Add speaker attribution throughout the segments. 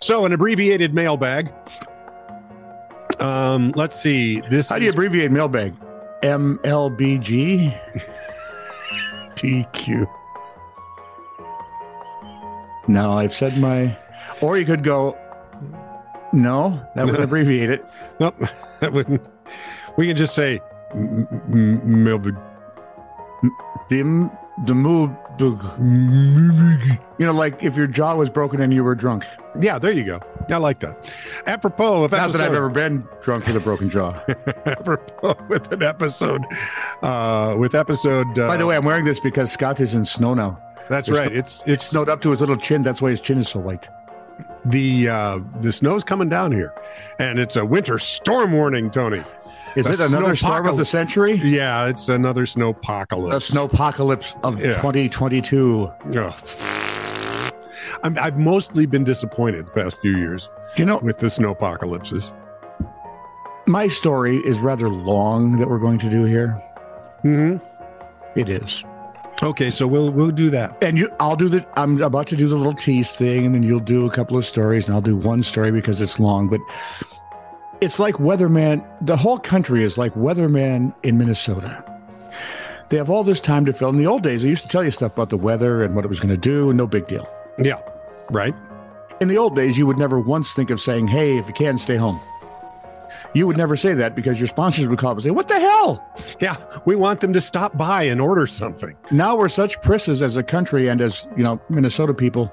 Speaker 1: So, an abbreviated mailbag. Um, let's see. This
Speaker 2: How do you
Speaker 1: is-
Speaker 2: abbreviate mailbag? MLBG? TQ. No, I've said my. Or you could go. No, that would abbreviate it.
Speaker 1: nope, that wouldn't. We can just say m- m- mailbag.
Speaker 2: The the move.
Speaker 1: mailbag.
Speaker 2: You know, like if your jaw was broken and you were drunk.
Speaker 1: Yeah, there you go. I like that. Apropos of
Speaker 2: Not that I've
Speaker 1: episode-
Speaker 2: ever been drunk with a broken jaw.
Speaker 1: apropos with an episode, uh, with episode. Uh,
Speaker 2: By the way, I'm wearing this because Scott is in snow now.
Speaker 1: that's
Speaker 2: there's
Speaker 1: right. it's it's
Speaker 2: Snowed up to his little chin. That's why his chin is so white.
Speaker 1: the uh, the snow's coming down here, and it's a winter storm warning, Tony.
Speaker 2: Is
Speaker 1: The
Speaker 2: it another storm of the
Speaker 1: snowpocalypse.
Speaker 2: century?
Speaker 1: Yeah, it's another
Speaker 2: The
Speaker 1: snowpocalypse.
Speaker 2: snowpocalypse of
Speaker 1: Yeah.
Speaker 2: 2022.
Speaker 1: Ugh. I'm, I've mostly been disappointed the past few years
Speaker 2: You know,
Speaker 1: with the snowpocalypses.
Speaker 2: my story is rather long that we're going to do here.
Speaker 1: Mm-hmm.
Speaker 2: It is.
Speaker 1: Okay, so we'll we'll do that.
Speaker 2: And you I'll do the I'm about to do the little tease thing and then you'll do a couple of stories and I'll do one story because it's long, but it's like weatherman the whole country is like weatherman in Minnesota. They have all this time to fill. In the old days, they used to tell you stuff about the weather and what it was going to do, and no big deal.
Speaker 1: Yeah, right.
Speaker 2: In the old days, you would never once think of saying, "Hey, if you can, stay home." You would never say that because your sponsors would call up and say, "What the hell?
Speaker 1: Yeah, we want them to stop by and order something.
Speaker 2: now we're such prisses as a country and as you know minnesota people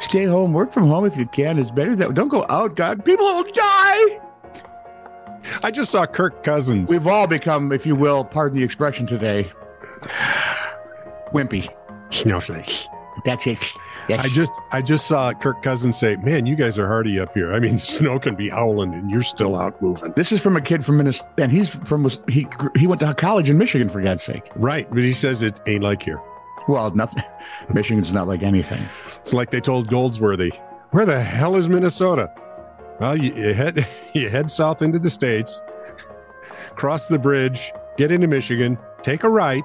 Speaker 2: stay home work from home if you can it's better that don't go out god people will die
Speaker 1: I just saw Kirk Cousins.
Speaker 2: we've all become if you will pardon the expression today wimpy
Speaker 1: Snowflakes.
Speaker 2: that's it yes.
Speaker 1: I just I just saw Kirk Cousins say, "Man, you guys are hardy up here. I mean, the snow can be howling, and you're still out moving."
Speaker 2: this is from a kid from minnesota and he's from he he went to college in michigan for god's sake
Speaker 1: Right, but he says it ain't like here.
Speaker 2: well nothing michigan's not like anything
Speaker 1: It's like they told Goldsworthy, "Where the hell is Minnesota?" Well, you, you head you head south into the states, cross the bridge, get into Michigan, take a right,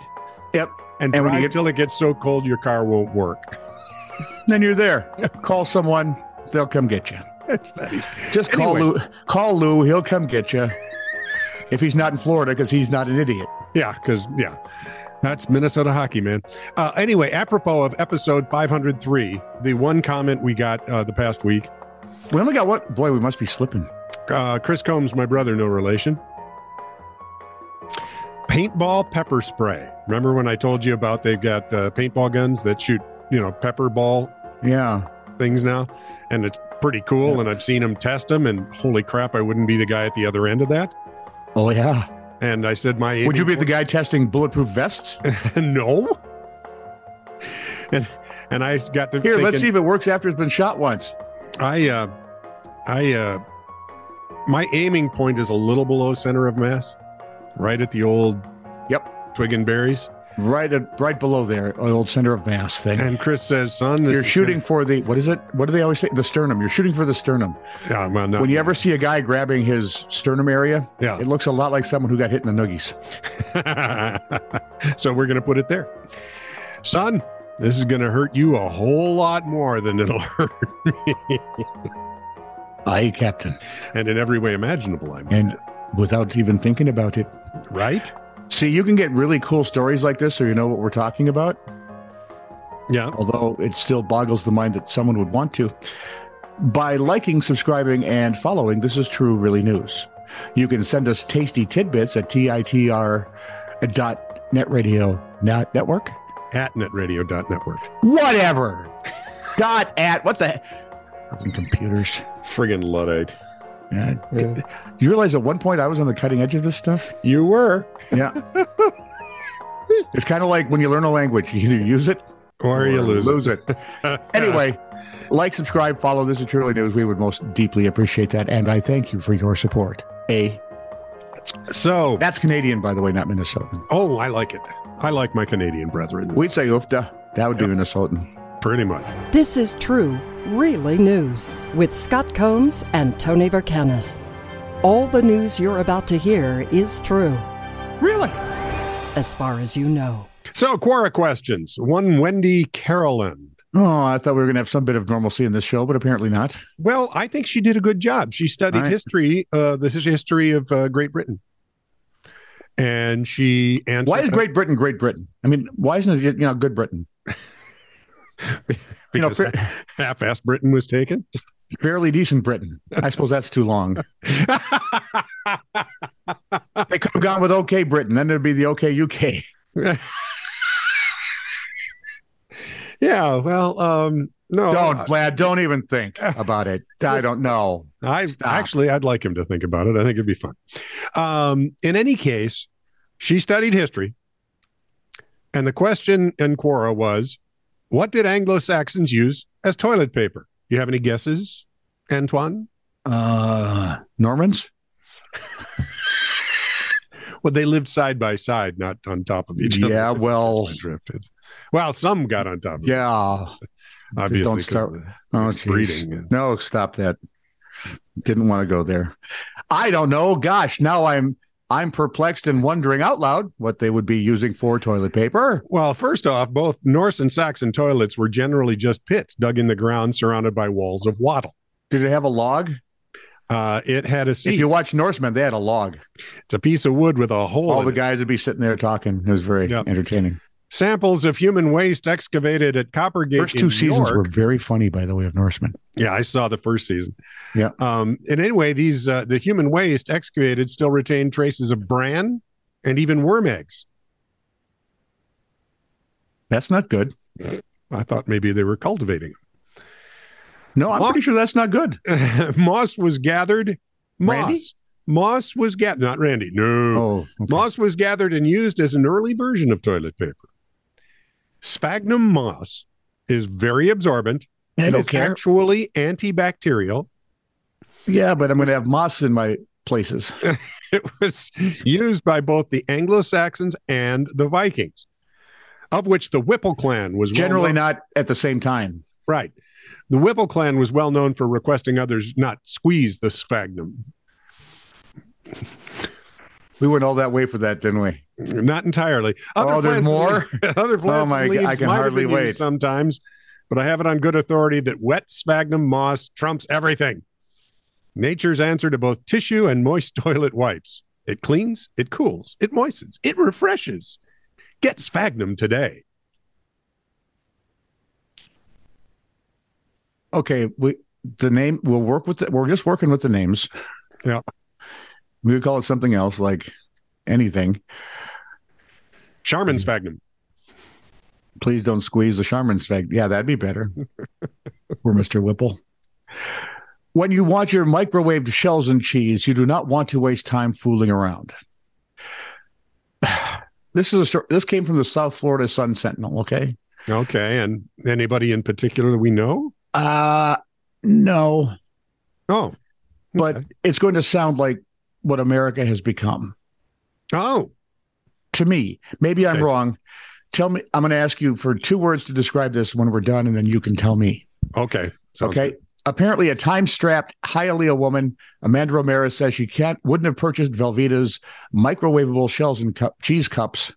Speaker 2: yep
Speaker 1: and,
Speaker 2: And when
Speaker 1: drive
Speaker 2: you
Speaker 1: you
Speaker 2: get-
Speaker 1: till it gets so cold your car won't work.
Speaker 2: then you're there call someone they'll come get you
Speaker 1: That's that e-, easy.
Speaker 2: Just call
Speaker 1: Anyway.
Speaker 2: Lou. Call Lou. He'll come get you. If he's not in Florida, because he's not an idiot.
Speaker 1: Yeah, because yeah, that's Minnesota hockey, man. Uh, anyway, apropos of episode 503, the one comment we got uh, the past week,
Speaker 2: We only got what? Boy, we must be slipping.
Speaker 1: uh, Chris Combs, my brother, no relation. Paintball pepper spray. Remember when I told you about they've got uh, paintball guns that shoot, you know, pepper ball
Speaker 2: Yeah.
Speaker 1: things now, and it's pretty cool. And I've seen them test them, and holy crap, I wouldn't be the guy at the other end of that.
Speaker 2: Oh yeah.
Speaker 1: And I said, my
Speaker 2: Would you
Speaker 1: aiming
Speaker 2: be the guy testing bulletproof vests?
Speaker 1: no. And and I got to
Speaker 2: Here, let's
Speaker 1: thinking-
Speaker 2: see if it works after it's been shot once.
Speaker 1: I uh I uh my aiming point is a little below center of mass, right at the old
Speaker 2: Yep.
Speaker 1: twig and berries.
Speaker 2: Right, at, right below there, the old center of mass thing.
Speaker 1: And Chris says, "Son, this
Speaker 2: You're
Speaker 1: is
Speaker 2: shooting for the what is it? What do they always say? The sternum. You're shooting for the sternum.
Speaker 1: gonna- yeah, well, no,
Speaker 2: When you ever see a guy grabbing his sternum area,
Speaker 1: yeah.
Speaker 2: it looks a lot like someone who got hit in the noogies.
Speaker 1: so we're gonna put it there, son. This is gonna hurt you a whole lot more than it'll hurt,
Speaker 2: Aye, Captain.
Speaker 1: and in every way imaginable. I mean,
Speaker 2: And without even thinking about it,
Speaker 1: right?
Speaker 2: See, you can get really cool stories like this, so you know what we're talking about.
Speaker 1: Yeah,
Speaker 2: Although it still boggles the mind that someone would want to. By liking, subscribing, and following, this is true, really news. You can send us tasty tidbits at TITR dot net radio not network.
Speaker 1: at netradio.network.
Speaker 2: Whatever. dot at what the Fucking computers.
Speaker 1: Friggin' luddite.
Speaker 2: Yeah. Do you realize at one point I was on the cutting edge of this stuff?
Speaker 1: You were,
Speaker 2: Yeah. it's kind of like when you learn a language, you either use it
Speaker 1: or, you lose. it.
Speaker 2: it. Anyway, like, subscribe, follow. This is Truly News. We would most deeply appreciate that. And I thank you for your support. A.
Speaker 1: so
Speaker 2: That's Canadian, by the way, not Minnesotan.
Speaker 1: Oh, I like it. I like my Canadian brethren.
Speaker 2: We'd say oofta. That would be Minnesotan.
Speaker 1: pretty much.
Speaker 3: This is True, Really News with Scott Combs and Tony Vercanis. All the news you're about to hear is true,
Speaker 2: Really?
Speaker 3: as far as you know.
Speaker 1: So, Quora questions. One Wendy Carolyn
Speaker 2: Oh, I thought we were going to have some bit of normalcy in this show, but apparently not.
Speaker 1: Well, I think she did a good job. She studied
Speaker 2: All right.
Speaker 1: history, uh, the his- history of uh, Great Britain, and she answered.
Speaker 2: Why is Great Britain Great Britain? I mean, why isn't it you know Good Britain? You know,
Speaker 1: Because
Speaker 2: fa-
Speaker 1: half-assed Britain was taken.
Speaker 2: fairly decent Britain. I suppose that's too long. They could have gone with OK Britain, then it'd be the OK UK.
Speaker 1: yeah. Well, um, no.
Speaker 2: Don't,
Speaker 1: I-
Speaker 2: Vlad. Don't even think about it. I don't know.
Speaker 1: I
Speaker 2: Stop.
Speaker 1: actually I'd like him to think about it. I think it'd be fun. Um, in any case, she studied history, and the question in Quora was, "What did Anglo Saxons use as toilet paper?" You have any guesses, Antoine?
Speaker 2: Uh, Normans.
Speaker 1: Well, they lived side by side, not on top of each other.
Speaker 2: Yeah. Well.
Speaker 1: That's my drift. It's- well, some got on top. Of
Speaker 2: Yeah.
Speaker 1: Oh, it, obviously,
Speaker 2: don't
Speaker 1: 'cause
Speaker 2: start-
Speaker 1: of the
Speaker 2: Oh, jeez.
Speaker 1: breeding.
Speaker 2: No, stop that. Didn't want to go there. I don't know. Gosh, now I'm I'm perplexed and wondering out loud what they would be using for toilet paper.
Speaker 1: Well, first off, both Norse and Saxon toilets were generally just pits dug in the ground, surrounded by walls of wattle.
Speaker 2: Did it have a log?
Speaker 1: Uh, it had a
Speaker 2: If
Speaker 1: seat.
Speaker 2: you watch Norsemen, they had a log.
Speaker 1: It's a piece of wood with a hole.
Speaker 2: All
Speaker 1: in
Speaker 2: the
Speaker 1: Oh, it.
Speaker 2: guys would be sitting there talking. It was very
Speaker 1: Yeah.
Speaker 2: entertaining.
Speaker 1: Samples of human waste excavated at Coppergate.
Speaker 2: First
Speaker 1: in
Speaker 2: two seasons
Speaker 1: York-
Speaker 2: were very funny, by the way, of Norsemen.
Speaker 1: Yeah, I saw the first season.
Speaker 2: Yeah.
Speaker 1: Um, and anyway, these uh, the human waste excavated still retain traces of bran and even worm eggs.
Speaker 2: That's not good.
Speaker 1: I thought maybe they were cultivating
Speaker 2: No, I'm
Speaker 1: What?
Speaker 2: pretty sure that's not good.
Speaker 1: them. moss was gathered. Moss.
Speaker 2: Randy?
Speaker 1: Moss was gathered. Not Randy. No.
Speaker 2: Oh, okay.
Speaker 1: Moss was gathered and used as an early version of toilet paper. Sphagnum moss is very absorbent.
Speaker 2: I
Speaker 1: It
Speaker 2: don't
Speaker 1: is
Speaker 2: care.
Speaker 1: actually antibacterial.
Speaker 2: Yeah, but I'm going to have moss in my places.
Speaker 1: It was used by both the Anglo Saxons and the Vikings, of which the Whipple clan was well
Speaker 2: Generally,
Speaker 1: known-
Speaker 2: not at the same time.
Speaker 1: right. The Whipple clan was well known for requesting others not squeeze the sphagnum.
Speaker 2: We went all that way for that, didn't we?
Speaker 1: Not entirely.
Speaker 2: Oh, there's
Speaker 1: plants and
Speaker 2: more? Oh
Speaker 1: leaves- other plants
Speaker 2: my
Speaker 1: and
Speaker 2: g- I
Speaker 1: leaves
Speaker 2: can
Speaker 1: might have
Speaker 2: hardly
Speaker 1: been used
Speaker 2: wait.
Speaker 1: Sometimes, but I have it on good authority that wet sphagnum moss trumps everything. Nature's answer to both tissue and moist toilet wipes. It cleans, it cools, it moistens, it refreshes. Get sphagnum today.
Speaker 2: Okay, we the name we'll work with. The, we're just working with the names.
Speaker 1: Yeah.
Speaker 2: we would call it something else, like anything. Hmm.
Speaker 1: Charmin sphagnum.
Speaker 2: Please don't squeeze the Charmin's fact. Yeah, that'd be better. Or Mr. Whipple. When you want your microwaved shells and cheese, you do not want to waste time fooling around. This is a story. This came from the South Florida Sun Sentinel. Okay.
Speaker 1: Okay. And anybody in particular that we know?
Speaker 2: Uh no,
Speaker 1: Oh.
Speaker 2: but
Speaker 1: okay.
Speaker 2: it's going to sound like what America has become
Speaker 1: oh,
Speaker 2: to me. Maybe I'm
Speaker 1: Okay.
Speaker 2: wrong. Tell me. I'm going to ask you for two words to describe this when we're done, and then you can tell me.
Speaker 1: okay. Sounds
Speaker 2: okay.
Speaker 1: good.
Speaker 2: Apparently, a time-strapped Hialeah woman, Amanda Ramirez, says she can't wouldn't have purchased Velveeta's microwavable shells and cup, cheese cups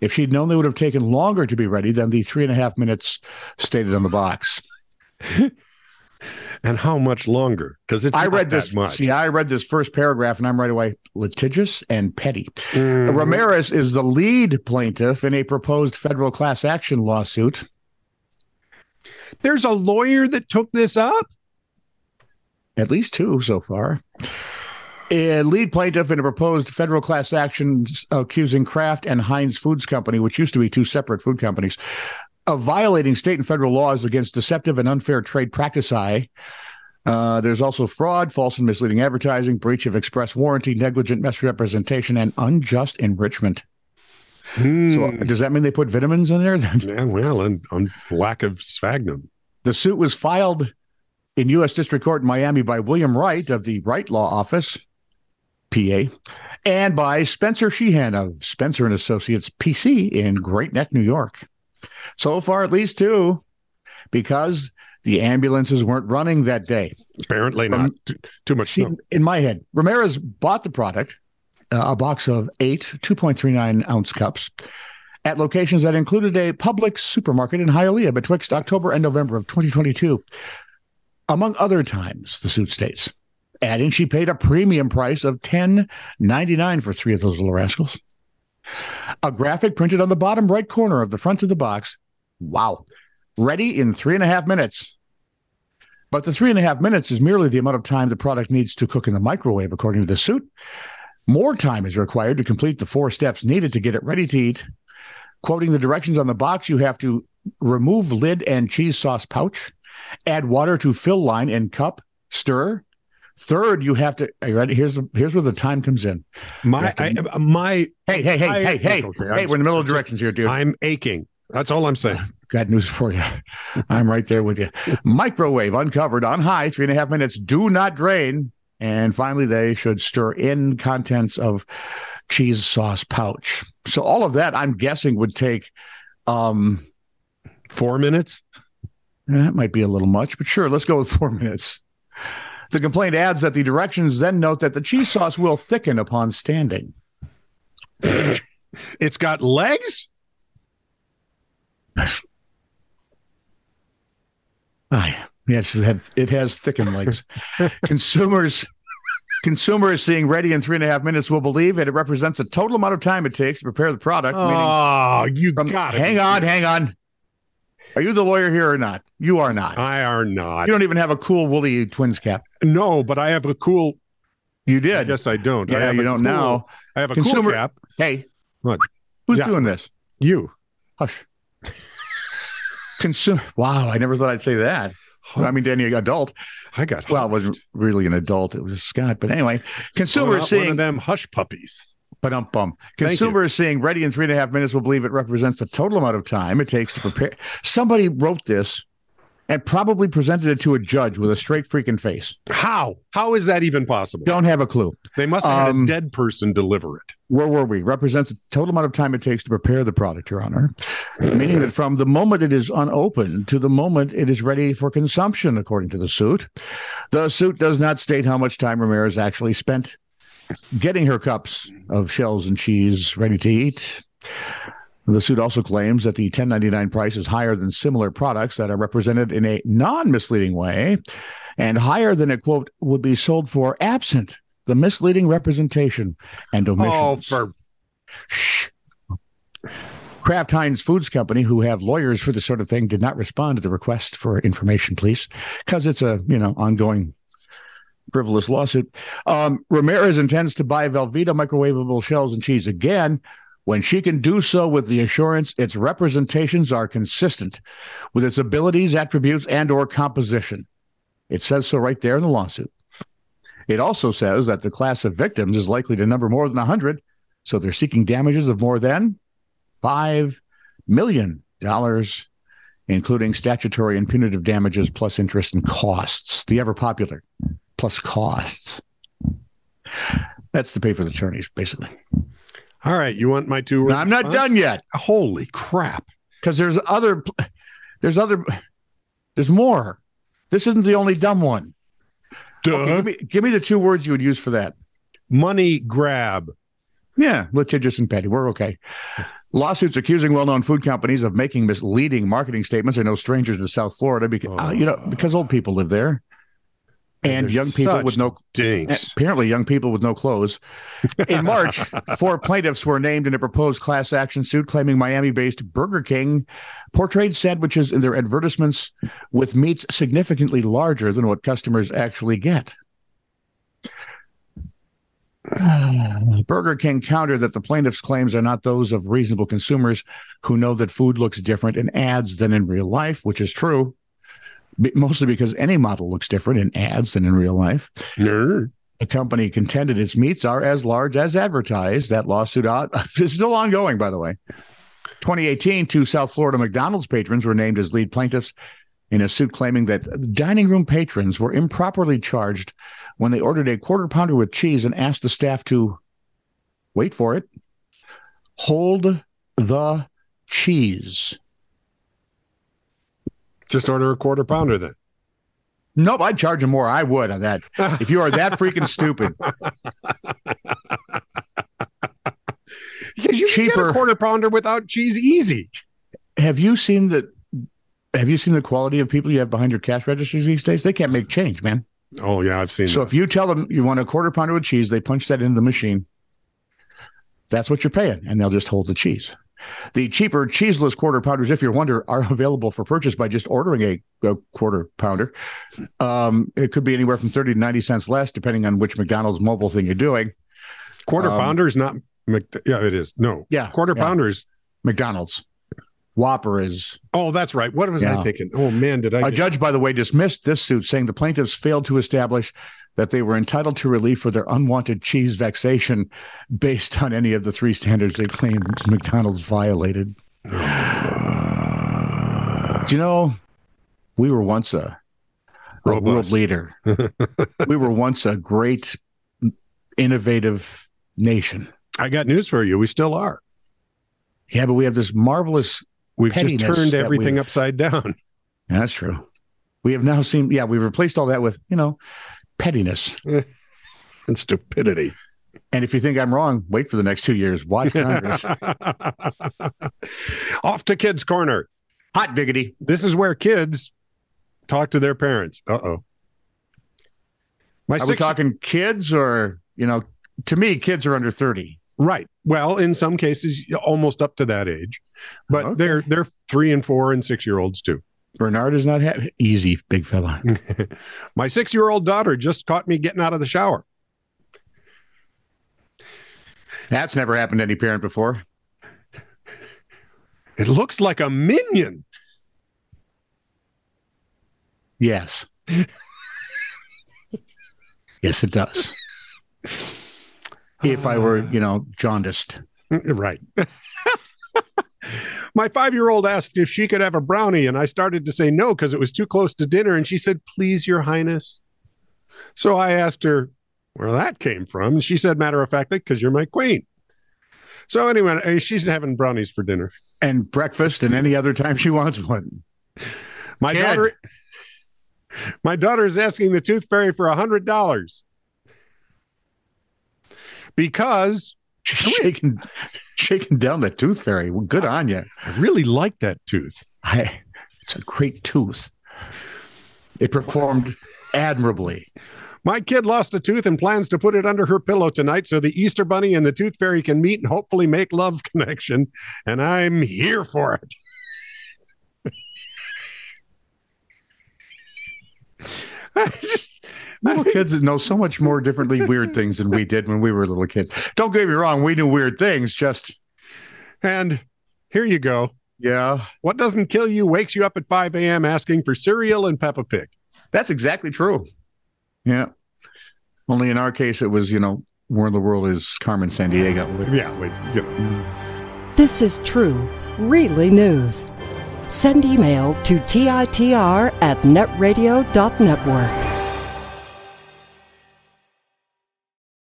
Speaker 2: if she'd known they would have taken longer to be ready than the three and a half minutes stated on the box.
Speaker 1: And how much longer? Because it's
Speaker 2: I
Speaker 1: not
Speaker 2: read
Speaker 1: that
Speaker 2: this.
Speaker 1: much.
Speaker 2: See, I read this first paragraph, and I'm right away litigious and petty.
Speaker 1: Mhm.
Speaker 2: Ramirez is the lead plaintiff in a proposed federal class action lawsuit.
Speaker 1: There's a lawyer that took this up.
Speaker 2: At least two so far. A lead plaintiff in a proposed federal class action accusing Kraft and Heinz Foods Company, which used to be two separate food companies, of violating state and federal laws against deceptive and unfair trade practice. I. Uh, there's also fraud, false and misleading advertising, breach of express warranty, negligent misrepresentation, and unjust enrichment. So,
Speaker 1: Hmm.
Speaker 2: does that mean they put vitamins in there?
Speaker 1: yeah, well, and on lack of sphagnum.
Speaker 2: The suit was filed in U.S. District Court in Miami by William Wright of the Wright Law Office, PA, and by Spencer Sheehan of Spencer and Associates, PC, in Great Neck, New York. So far, at least two, because the ambulances weren't running that day.
Speaker 1: Apparently
Speaker 2: Um,
Speaker 1: not. Too, too much
Speaker 2: See,
Speaker 1: snow.
Speaker 2: in my head, Ramirez bought the product, uh, a box of eight 2.39 ounce cups, at locations that included a public supermarket in Hialeah betwixt October and November of 2022. Among other times, the suit states, adding she paid a premium price of $10.99 for three of those little rascals. A graphic printed on the bottom right corner of the front of the box. Wow. Ready in three and a half minutes. But the three and a half minutes is merely the amount of time the product needs to cook in the microwave, according to the suit. More time is required to complete the four steps needed to get it ready to eat. Quoting the directions on the box, you have to remove lid and cheese sauce pouch, add water to fill line and cup, stir. Third, you have to. Are you ready? Here's here's where the time comes in.
Speaker 1: My I,
Speaker 2: uh,
Speaker 1: my
Speaker 2: Hey, hey, hey,
Speaker 1: I-
Speaker 2: hey, hey,
Speaker 1: Okay,
Speaker 2: hey!
Speaker 1: I'm-
Speaker 2: We're in the middle of directions here, dude.
Speaker 1: I'm aching. That's all I'm saying.
Speaker 2: Got news for you. I'm right there with you. Microwave uncovered on high, three and a half minutes. Do not drain. And finally, they should stir in contents of cheese sauce pouch. So all of that, I'm guessing, would take. um
Speaker 1: Four minutes.
Speaker 2: That might be a little much, but sure, let's go with four minutes. The complaint adds that the directions then note that the cheese sauce will thicken upon standing.
Speaker 1: It's got legs.
Speaker 2: Ah, yes, it has, it has thickened legs. consumers, consumers seeing ready in three and a half minutes will believe that it represents the total amount of time it takes to prepare the product. meaning
Speaker 1: Oh, you
Speaker 2: from-
Speaker 1: got it.
Speaker 2: hang on, hang on. Are you the lawyer here or not? You are not.
Speaker 1: I are not.
Speaker 2: you don't even have a cool woolly twins cap.
Speaker 1: No, but I have a cool.
Speaker 2: You
Speaker 1: I
Speaker 2: did.
Speaker 1: guess I don't. I
Speaker 2: yeah,
Speaker 1: have
Speaker 2: you
Speaker 1: a
Speaker 2: don't
Speaker 1: cool-
Speaker 2: now.
Speaker 1: I have a
Speaker 2: Consumer-
Speaker 1: cool cap.
Speaker 2: Hey,
Speaker 1: What?
Speaker 2: Who's
Speaker 1: Yeah.
Speaker 2: doing this?
Speaker 1: You.
Speaker 2: Hush. Consumer. Wow, I never thought I'd say that. I mean, to any adult.
Speaker 1: I got.
Speaker 2: Well, it wasn't really an adult. It was Scott. But anyway,
Speaker 1: One of-
Speaker 2: consumers
Speaker 1: one
Speaker 2: seeing
Speaker 1: of them hush puppies.
Speaker 2: But um bum.
Speaker 1: Thank you.
Speaker 2: Consumers seeing ready in three and a half minutes will believe it represents the total amount of time it takes to prepare. Somebody wrote this and probably presented it to a judge with a straight freaking face.
Speaker 1: How? How is that even possible?
Speaker 2: Don't have a clue.
Speaker 1: They must have had
Speaker 2: Um,
Speaker 1: a dead person deliver it.
Speaker 2: Where were we? Represents the total amount of time it takes to prepare the product, Your Honor. Meaning that from the moment it is unopened to the moment it is ready for consumption, according to the suit. The suit does not state how much time Ramirez actually spent getting her cups of shells and cheese ready to eat. The suit also claims that the 1099 price is higher than similar products that are represented in a non-misleading way and higher than it quote would be sold for absent the misleading representation and omissions.
Speaker 1: Oh, for
Speaker 2: Shh. Kraft Heinz Foods Company, who have lawyers for this sort of thing, did not respond to the request for information, please, because it's a you know ongoing frivolous lawsuit. Um, Ramirez intends to buy Velveeta microwavable shells and cheese again when she can do so with the assurance its representations are consistent with its abilities, attributes, and or composition. It says so right there in the lawsuit. It also says that the class of victims is likely to number more than 100 so they're seeking damages of more than $5 million, including statutory and punitive damages plus interest and costs, the ever popular plus costs. That's to pay for the attorneys, basically.
Speaker 1: all right. You want my two?
Speaker 2: Now, I'm not
Speaker 1: response?
Speaker 2: done yet
Speaker 1: Holy crap!
Speaker 2: because there's other, there's other, there's more. This isn't the only dumb one.
Speaker 1: Duh.
Speaker 2: Okay, give, me, give me the two words you would use for that.
Speaker 1: Money grab.
Speaker 2: Yeah, litigious and petty. We're okay. Lawsuits accusing well-known food companies of making misleading marketing statements are no strangers to South Florida because
Speaker 1: Oh.
Speaker 2: uh, you know because old people live there, and
Speaker 1: They're
Speaker 2: young people
Speaker 1: such
Speaker 2: with no
Speaker 1: Dinks.
Speaker 2: apparently young people with no clothes. In March, four plaintiffs were named in a proposed class action suit claiming Miami-based Burger King portrayed sandwiches in their advertisements with meats significantly larger than what customers actually get. Burger King countered that the plaintiffs' claims are not those of reasonable consumers who know that food looks different in ads than in real life, which is true, be- mostly because any model looks different in ads than in real life.
Speaker 1: Eh, Nerd.
Speaker 2: The company contended its meats are as large as advertised. That lawsuit out is still ongoing, by the way. 2018, two South Florida McDonald's patrons were named as lead plaintiffs in a suit claiming that dining room patrons were improperly charged when they ordered a quarter pounder with cheese and asked the staff to wait for it, hold the cheese.
Speaker 1: Just order a quarter pounder then.
Speaker 2: Nope, I'd charge them more. I would on that. If you are that freaking stupid,
Speaker 1: because you cheaper. get
Speaker 2: Cheaper.
Speaker 1: a quarter pounder without cheese easy.
Speaker 2: Have you seen the have you seen the quality of people you have behind your cash registers these days? They can't make change, man.
Speaker 1: Oh yeah, I've seen.
Speaker 2: So
Speaker 1: that.
Speaker 2: if you tell them you want a quarter pounder with cheese, they punch that into the machine. That's what you're paying, and they'll just hold the cheese. The cheaper cheeseless quarter pounders, if you're wonder, are available for purchase by just ordering a, a quarter pounder. Um, it could be anywhere from 30 to 90 cents less, depending on which McDonald's mobile thing you're doing.
Speaker 1: quarter
Speaker 2: um,
Speaker 1: pounder is not. Mc- yeah, it is. No,
Speaker 2: Yeah.
Speaker 1: quarter
Speaker 2: yeah,
Speaker 1: pounder is.
Speaker 2: McDonald's. Whopper is.
Speaker 1: Oh, that's right. What was I
Speaker 2: Yeah.
Speaker 1: thinking? Oh man, did I?
Speaker 2: A judge, by the way, dismissed this suit, saying the plaintiffs failed to establish that they were entitled to relief for their unwanted cheese vexation based on any of the three standards they claimed McDonald's violated. Do you know, we were once a, a world
Speaker 1: Robust.
Speaker 2: leader, we were once a great, innovative nation.
Speaker 1: I got news for you. We still are.
Speaker 2: Yeah, but we have this marvelous
Speaker 1: We've just
Speaker 2: Pettiness
Speaker 1: turned
Speaker 2: that
Speaker 1: everything
Speaker 2: we've-
Speaker 1: upside down.
Speaker 2: Yeah, that's true. We have now seen, yeah, we've replaced all that with, you know, pettiness.
Speaker 1: and stupidity.
Speaker 2: And if you think I'm wrong, wait for the next two years. Watch Congress.
Speaker 1: Off to kids' corner.
Speaker 2: Hot diggity.
Speaker 1: This is where kids talk to their parents. Uh oh. My
Speaker 2: Are we
Speaker 1: six,
Speaker 2: talking kids or, you know, to me, kids are under 30.
Speaker 1: right. Well, in some cases, almost up to that age, but
Speaker 2: Okay.
Speaker 1: they're they're three and four and six year olds too.
Speaker 2: Bernard is not happy. Easy, big fella.
Speaker 1: My six year old daughter just caught me getting out of the shower.
Speaker 2: That's never happened to any parent before.
Speaker 1: It looks like a minion.
Speaker 2: Yes. yes, it does. If I were, you know, jaundiced.
Speaker 1: Right. My five year old asked if she could have a brownie, and I started to say no because it was too close to dinner. And she said, Please, Your Highness. So I asked her where that came from. And she said, Matter of factly, because you're my queen. So anyway, eh, she's having brownies for dinner.
Speaker 2: And breakfast and any other time she wants one.
Speaker 1: My
Speaker 2: Kid.
Speaker 1: daughter. My daughter is asking the tooth fairy for a hundred dollars because
Speaker 2: Shaking, shaking down the tooth fairy. Well, good on you.
Speaker 1: I really like that tooth.
Speaker 2: I, it's a great tooth. It performed admirably.
Speaker 1: My kid lost a tooth and plans to put it under her pillow tonight so the Easter Bunny and the Tooth Fairy can meet and hopefully make love connection. And I'm here for it. I just
Speaker 2: Little kids know so much more differently weird things than we did when we were little kids. Don't get me wrong, we knew weird things, just
Speaker 1: and here you go.
Speaker 2: yeah.
Speaker 1: What doesn't kill you wakes you up at 5 a.m. asking for cereal and Peppa Pig.
Speaker 2: That's exactly true. Yeah. Only in our case it was, you know, where in the world is Carmen San Diego?
Speaker 1: Yeah, wait, you know.
Speaker 3: This is true, really news. Send email to TITR at netradio.network.